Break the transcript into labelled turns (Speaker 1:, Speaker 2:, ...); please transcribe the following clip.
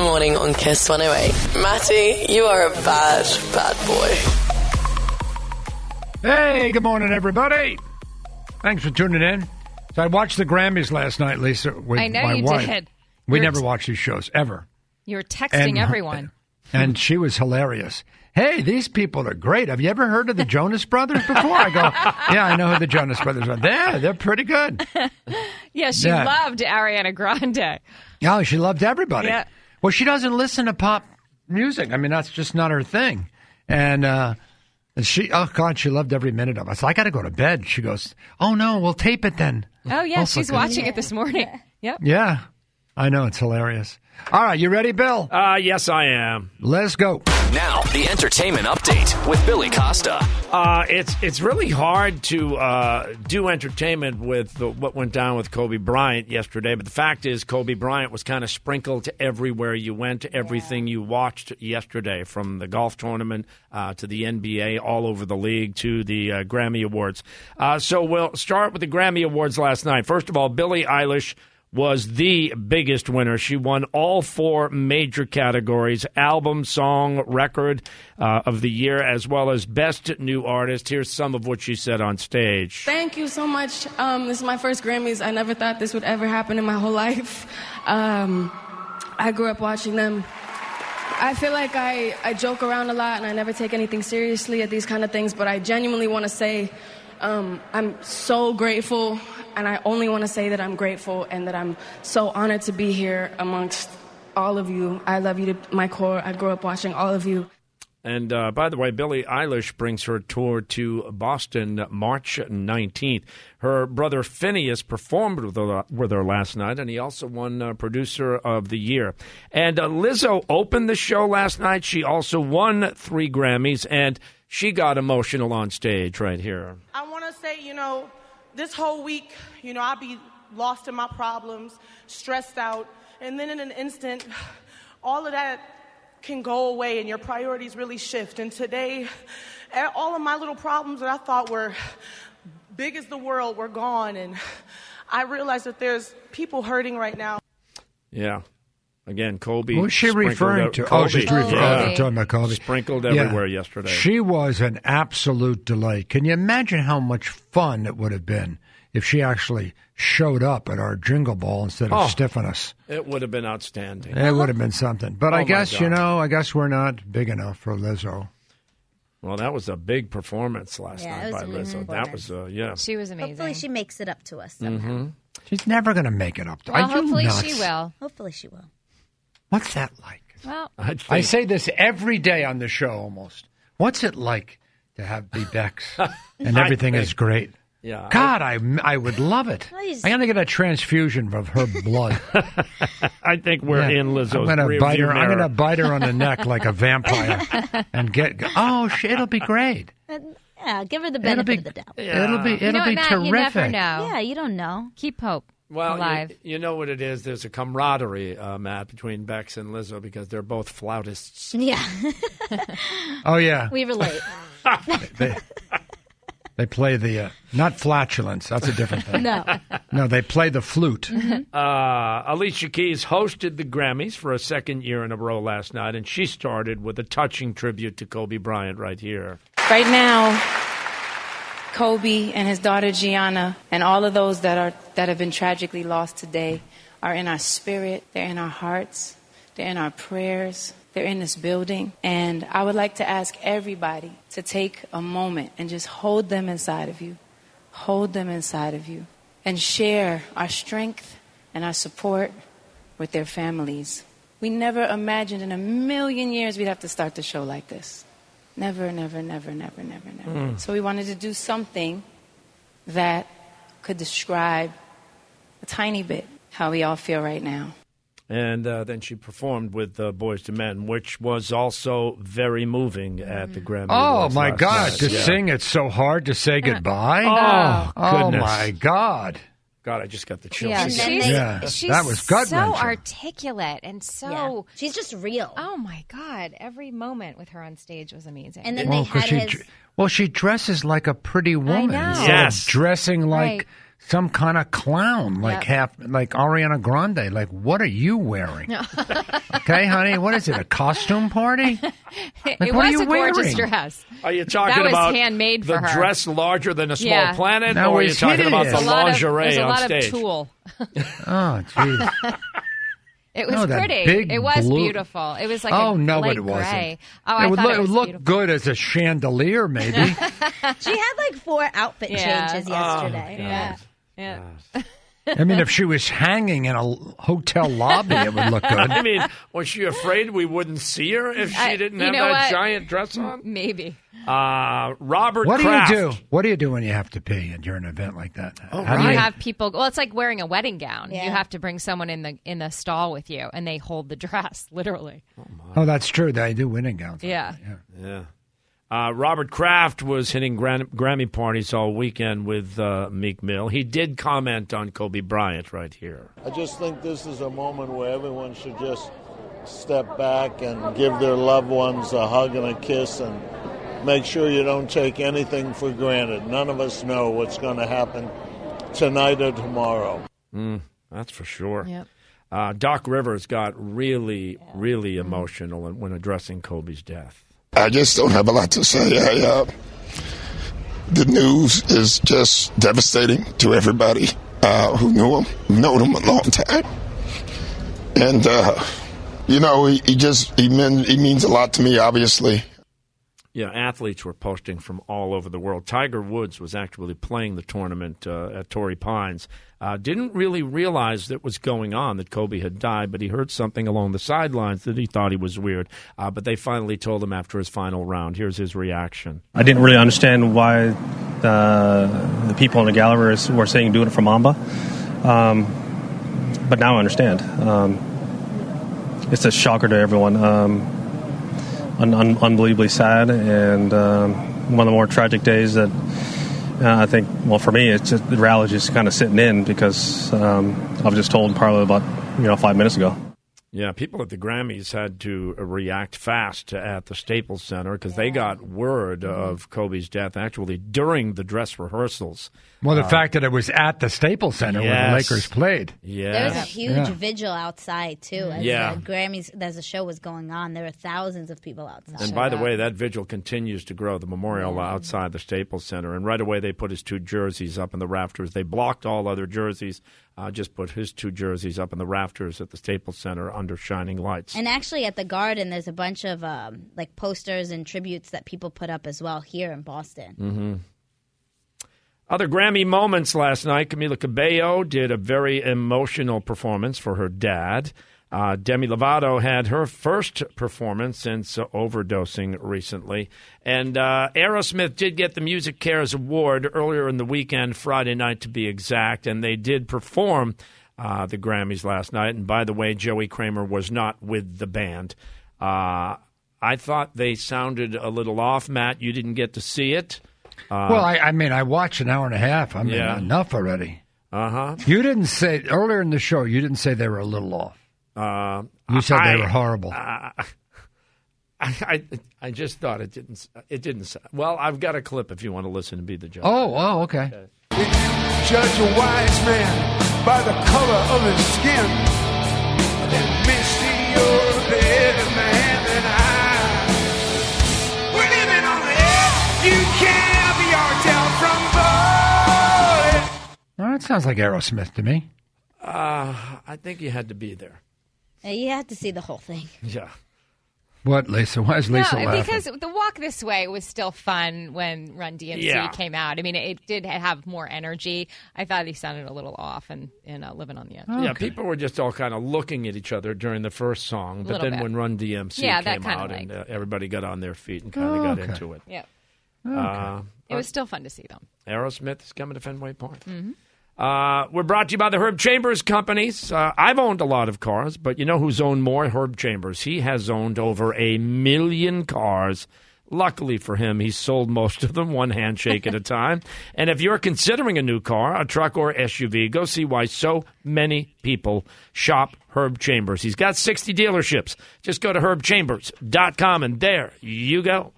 Speaker 1: morning on Kiss 108. Matty, you are a bad, bad boy.
Speaker 2: Hey, good morning, everybody. Thanks for tuning in. So I watched the Grammys last night, Lisa, with
Speaker 3: I know
Speaker 2: my
Speaker 3: you
Speaker 2: wife.
Speaker 3: did.
Speaker 2: We
Speaker 3: You're
Speaker 2: never
Speaker 3: t-
Speaker 2: watch these shows ever.
Speaker 3: You were texting
Speaker 2: And-
Speaker 3: everyone.
Speaker 2: And she was hilarious. Hey, these people are great. Have you ever heard of the Jonas Brothers before? I go, yeah, I know who the Jonas Brothers are. Yeah, they're pretty good.
Speaker 3: Yeah, she
Speaker 2: Yeah.
Speaker 3: loved Ariana Grande.
Speaker 2: Oh, she loved everybody.
Speaker 3: Yeah.
Speaker 2: Well, she doesn't listen to pop music. I mean, that's just not her thing. And uh, and she, oh God, she loved every minute of us. I got to go to bed. She goes, Oh no, we'll tape it then.
Speaker 3: Oh yeah,
Speaker 2: Oh, for
Speaker 3: she's
Speaker 2: goodness-
Speaker 3: watching it this morning. Yep.
Speaker 2: Yeah, I know it's hilarious. All right, you ready, Bill?
Speaker 4: Uh, yes, I am.
Speaker 2: Let's go.
Speaker 5: Now, the entertainment update with Billy Costa.
Speaker 4: Uh, it's it's really hard to uh, do entertainment with the, what went down with Kobe Bryant yesterday. But the fact is, Kobe Bryant was kind of sprinkled everywhere you went, to everything you watched yesterday, from the golf tournament uh, to the NBA, all over the league to the uh, Grammy Awards. Uh, so we'll start with the Grammy Awards last night. First of all, Billie Eilish was the biggest winner. She won all four major categories album, song, record uh, of the year, as well as best new artist. Here's some of what she said on stage.
Speaker 6: Thank you so much. Um, this is my first Grammys. I never thought this would ever happen in my whole life. Um, I grew up watching them. I feel like I, I joke around a lot and I never take anything seriously at these kind of things, but I genuinely want to say um, I'm so grateful, and I only want to say that I'm grateful and that I'm so honored to be here amongst all of you. I love you to my core. I grew up watching all of you.
Speaker 4: And uh, by the way, Billie Eilish brings her tour to Boston March 19th. Her brother Phineas performed with her, with her last night, and he also won uh, Producer of the Year. And uh, Lizzo opened the show last night. She also won three Grammys, and she got emotional on stage right here.
Speaker 7: I want to say, you know, this whole week, you know, I'll be lost in my problems, stressed out, and then in an instant, all of that can go away and your priorities really shift. And today, a- all of my little problems that I thought were big as the world were gone, and I realized that there's people hurting right now.
Speaker 4: Yeah. Again, Kobe.
Speaker 2: Who's she
Speaker 4: sprinkled
Speaker 2: referring
Speaker 4: out-
Speaker 2: to?
Speaker 4: Kobe.
Speaker 2: Oh, she's referring
Speaker 3: Yeah.
Speaker 2: oh, talking about Kobe.
Speaker 4: Sprinkled
Speaker 2: Yeah.
Speaker 4: everywhere yesterday.
Speaker 2: She was an absolute delight. Can you imagine how much fun it would have been if she actually showed up at our jingle ball instead of
Speaker 4: Oh.
Speaker 2: stiffing us?
Speaker 4: It would have been outstanding.
Speaker 2: It would have been something. But I
Speaker 4: Oh, my
Speaker 2: guess, you
Speaker 4: God.
Speaker 2: know, I guess we're not big enough for Lizzo.
Speaker 4: Well, that was a big performance last
Speaker 8: Yeah,
Speaker 4: night
Speaker 8: it was
Speaker 4: by Lizzo.
Speaker 8: important.
Speaker 4: That was, uh, yeah.
Speaker 3: She was
Speaker 8: Hopefully
Speaker 3: amazing.
Speaker 8: she makes it up to us somehow.
Speaker 2: She's never going to make it up. To,
Speaker 3: well,
Speaker 2: Are you
Speaker 3: hopefully
Speaker 2: nuts?
Speaker 3: she will.
Speaker 8: Hopefully she will.
Speaker 2: What's that like?
Speaker 3: Well,
Speaker 4: I, think,
Speaker 2: I say this every day on the show almost. What's it like to have be Bex and everything is great?
Speaker 4: yeah.
Speaker 2: God, I, I would love it.
Speaker 8: Please.
Speaker 2: I'm going to get a transfusion of her blood.
Speaker 4: I think we're
Speaker 2: Yeah.
Speaker 4: in Lizzo's
Speaker 2: I'm gonna
Speaker 4: rearview
Speaker 2: bite her. I'm
Speaker 4: mirror.
Speaker 2: going to bite her on the neck like a vampire and get. Oh, sh- it'll be great.
Speaker 8: And, yeah, give her the
Speaker 2: It'll
Speaker 8: benefit
Speaker 2: be.
Speaker 8: of the doubt.
Speaker 2: It'll be. It'll
Speaker 3: you know
Speaker 2: be
Speaker 3: what, Matt?
Speaker 2: terrific.
Speaker 3: You never know.
Speaker 8: Yeah, you don't know.
Speaker 3: Keep hope
Speaker 4: well, you-
Speaker 3: alive.
Speaker 4: You, know what it is? There's a camaraderie, uh, Matt, between Bex and Lizzo because they're both flautists.
Speaker 8: Yeah,
Speaker 2: Oh yeah,
Speaker 8: we relate.
Speaker 2: they, they play the uh, not flatulence. That's a different thing.
Speaker 8: No.
Speaker 2: No, they play the
Speaker 3: Mm-hmm.
Speaker 2: flute.
Speaker 4: Uh, Alicia Keys hosted the Grammys for a second year in a row last night, and she started with a touching tribute to Kobe Bryant right here.
Speaker 9: Right now, Kobe and his daughter Gianna and all of those that are that have been tragically lost today are in our spirit, they're in our hearts, they're in our prayers, they're in this building. And I would like to ask everybody to take a moment and just hold them inside of you. Hold them inside of you and share our strength and our support with their families. We never imagined in a million years we'd have to start the show like this. Never, never, never, never, never, never. So we wanted to do something that could describe a tiny bit how we all feel right now.
Speaker 4: And uh, then she performed with uh, Boys to Men, which was also very moving at
Speaker 8: Mm.
Speaker 4: the Grammy.
Speaker 2: Oh
Speaker 4: Awards
Speaker 2: my
Speaker 4: last
Speaker 2: God!
Speaker 4: night.
Speaker 2: To
Speaker 4: Yeah.
Speaker 2: sing it's so hard to say goodbye.
Speaker 4: Oh,
Speaker 2: oh
Speaker 4: goodness.
Speaker 2: my God!
Speaker 4: God, I just got the chills.
Speaker 3: yeah,
Speaker 4: again.
Speaker 8: then
Speaker 3: she's,
Speaker 8: they-
Speaker 2: Yeah,
Speaker 3: she's
Speaker 2: that was gut
Speaker 3: so
Speaker 2: wrenching.
Speaker 3: articulate and so.
Speaker 8: yeah. She's just real.
Speaker 3: Oh my God! Every moment with her on stage was amazing.
Speaker 8: And then
Speaker 2: Well,
Speaker 8: they had
Speaker 2: she
Speaker 8: his.
Speaker 2: dr- well, she dresses like a pretty woman
Speaker 3: know.
Speaker 2: instead of
Speaker 4: Yes.
Speaker 2: dressing like
Speaker 3: Right.
Speaker 2: some kind of clown, like
Speaker 3: Yep.
Speaker 2: half, like Ariana Grande. Like, what are you wearing? okay, honey, what is it? A costume party?
Speaker 3: It,
Speaker 2: Like,
Speaker 3: it
Speaker 2: what are
Speaker 3: was
Speaker 2: you
Speaker 3: a gorgeous
Speaker 2: wearing?
Speaker 3: dress.
Speaker 4: Are you talking
Speaker 3: That was
Speaker 4: about
Speaker 3: handmade for
Speaker 4: the
Speaker 3: her.
Speaker 4: dress larger than a small
Speaker 3: Yeah.
Speaker 4: planet,
Speaker 2: That
Speaker 4: or are you
Speaker 2: was
Speaker 4: talking about the
Speaker 2: hideous.
Speaker 3: A lot of,
Speaker 4: lingerie
Speaker 3: there's a
Speaker 4: on
Speaker 3: lot
Speaker 4: stage?
Speaker 3: of tulle.
Speaker 2: Oh, jeez.
Speaker 3: It was
Speaker 2: No, Oh, that
Speaker 3: pretty.
Speaker 2: big
Speaker 3: it was
Speaker 2: blue-
Speaker 3: beautiful. It was like
Speaker 2: oh
Speaker 3: a
Speaker 2: no,
Speaker 3: light
Speaker 2: it wasn't.
Speaker 3: gray. Oh, I
Speaker 2: it would
Speaker 3: thought
Speaker 2: look,
Speaker 3: it was
Speaker 2: look
Speaker 3: beautiful.
Speaker 2: good as a chandelier, maybe.
Speaker 8: She had like four outfit
Speaker 3: Yeah.
Speaker 8: changes
Speaker 3: Oh,
Speaker 8: yesterday. yeah.
Speaker 3: Yeah.
Speaker 2: I mean, if she was hanging in a l- hotel lobby, it would look good.
Speaker 4: I mean, was she afraid we wouldn't see her if she
Speaker 3: I-
Speaker 4: didn't
Speaker 3: you
Speaker 4: have
Speaker 3: know
Speaker 4: that
Speaker 3: what? Mm.
Speaker 4: giant dress on?
Speaker 3: Maybe.
Speaker 4: Uh, Robert
Speaker 2: What
Speaker 4: Kraft.
Speaker 2: do you do? What do you do when you have to pee and you're an event like that? Oh, How do
Speaker 3: You
Speaker 2: you-
Speaker 3: have people. Well, it's like wearing a wedding gown.
Speaker 8: Yeah.
Speaker 3: You have to bring someone in the in the stall with you, and they hold the dress literally.
Speaker 2: oh, that's true. They do winning gowns.
Speaker 3: Yeah.
Speaker 4: Yeah. Uh, Robert Kraft was hitting gran- Grammy parties all weekend with uh, Meek Mill. He did comment on Kobe Bryant right here.
Speaker 10: I just think this is a moment where everyone should just step back and give their loved ones a hug and a kiss and make sure you don't take anything for granted. None of us know what's going to happen tonight or tomorrow.
Speaker 4: That's for sure.
Speaker 3: Yep.
Speaker 4: Uh, Doc Rivers got really, really emotional when- when addressing Kobe's death.
Speaker 10: I just don't have a lot to say. I, uh, the news is just devastating to everybody uh, who knew him, known him a long time, and uh, you know he, he just he, mean, he means a lot to me. Obviously,
Speaker 4: Yeah, athletes were posting from all over the world. Tiger Woods was actually playing the tournament uh, at Torrey Pines. Uh, didn't really realize that was going on, that Kobe had died, but he heard something along the sidelines that he thought he was weird. Uh, but they finally told him after his final round. Here's his reaction.
Speaker 10: I didn't really understand why uh, the people in the gallery were saying doing it for Mamba, um, but now I understand. Um, it's a shocker to everyone. Um, un- un- unbelievably sad and um, one of the more tragic days that uh, I think. Well, for me, it's just, the rally just kind of sitting in because um, I was just told probably about you know five minutes ago.
Speaker 4: Yeah, people at the Grammys had to uh, react fast at the Staples Center because they got word of Kobe's death actually during the dress rehearsals.
Speaker 2: Well, the fact that it was at the Staples Center where the
Speaker 4: Yes.
Speaker 2: Lakers played.
Speaker 8: There
Speaker 4: Yeah.
Speaker 8: was a huge
Speaker 2: Yeah.
Speaker 8: vigil outside too. As
Speaker 4: Yeah.
Speaker 8: the Grammys, as the show was going on, there were thousands of people outside.
Speaker 4: And by the way, that vigil continues to grow. The memorial outside the Staples Center, and right away they put his two jerseys up in the rafters. They blocked all other jerseys, uh, just put his two jerseys up in the rafters at the Staples Center under shining lights.
Speaker 8: And actually, at the Garden, there's a bunch of um, like posters and tributes that people put up as well here in Boston.
Speaker 4: Other Grammy moments last night. Camila Cabello did a very emotional performance for her dad. Uh, Demi Lovato had her first performance since uh, overdosing recently. And uh, Aerosmith did get the Music Cares Award earlier in the weekend, Friday night to be exact, and they did perform uh, the Grammys last night. And by the way, Joey Kramer was not with the band. Uh, I thought they sounded a little off, Matt. You didn't get to see it.
Speaker 2: well, I, I mean, I watched an hour and a half. I mean,
Speaker 4: Uh, Yeah.
Speaker 2: enough already.
Speaker 4: Uh huh.
Speaker 2: You didn't say earlier in the show. You didn't say they were a little off.
Speaker 4: Uh,
Speaker 2: You said
Speaker 4: I- uh,
Speaker 2: they were horrible.
Speaker 4: I, I I just thought it didn't s- it didn't s- well I've got a clip if you want to listen and be the judge.
Speaker 2: oh, oh, okay.
Speaker 10: Judge a wise man by the color of his skin. Then Misty, you're a better man than I. We're living on the edge. You can't be our tell from boy.
Speaker 2: Well, that sounds like Aerosmith to me.
Speaker 4: Ah, I think you had to be there.
Speaker 8: Uh, You have to see the whole thing.
Speaker 4: Yeah.
Speaker 2: What, Lisa? Why is Lisa
Speaker 3: no,
Speaker 2: laughing?
Speaker 3: because the walk this way was still fun when Run DMC
Speaker 4: Yeah.
Speaker 3: came out. I mean, it did have more energy. I thought he sounded a little off and and uh, living on the edge.
Speaker 4: Yeah, people were just all kind of looking at each other during the first song, but
Speaker 3: Little
Speaker 4: then
Speaker 3: bit.
Speaker 4: when Run DMC
Speaker 3: Yeah, that
Speaker 4: came
Speaker 3: kinda
Speaker 4: out and uh,
Speaker 3: like- Oh,
Speaker 4: everybody got on their feet and kind of got
Speaker 2: Okay.
Speaker 4: into it.
Speaker 3: Yeah,
Speaker 4: Uh,
Speaker 3: it was still fun to see them.
Speaker 4: Aerosmith is coming to Fenway Park. Uh, we're brought to you by the Herb Chambers Companies. Uh, I've owned a lot of cars, but you know who's owned more? Herb Chambers. He has owned over a million cars. Luckily for him, he's sold most of them one handshake at a time. And if you're considering a new car, a truck, or SUV, go see why so many people shop Herb Chambers. He's got 60 dealerships. Just go to herbchambers.com and there you go.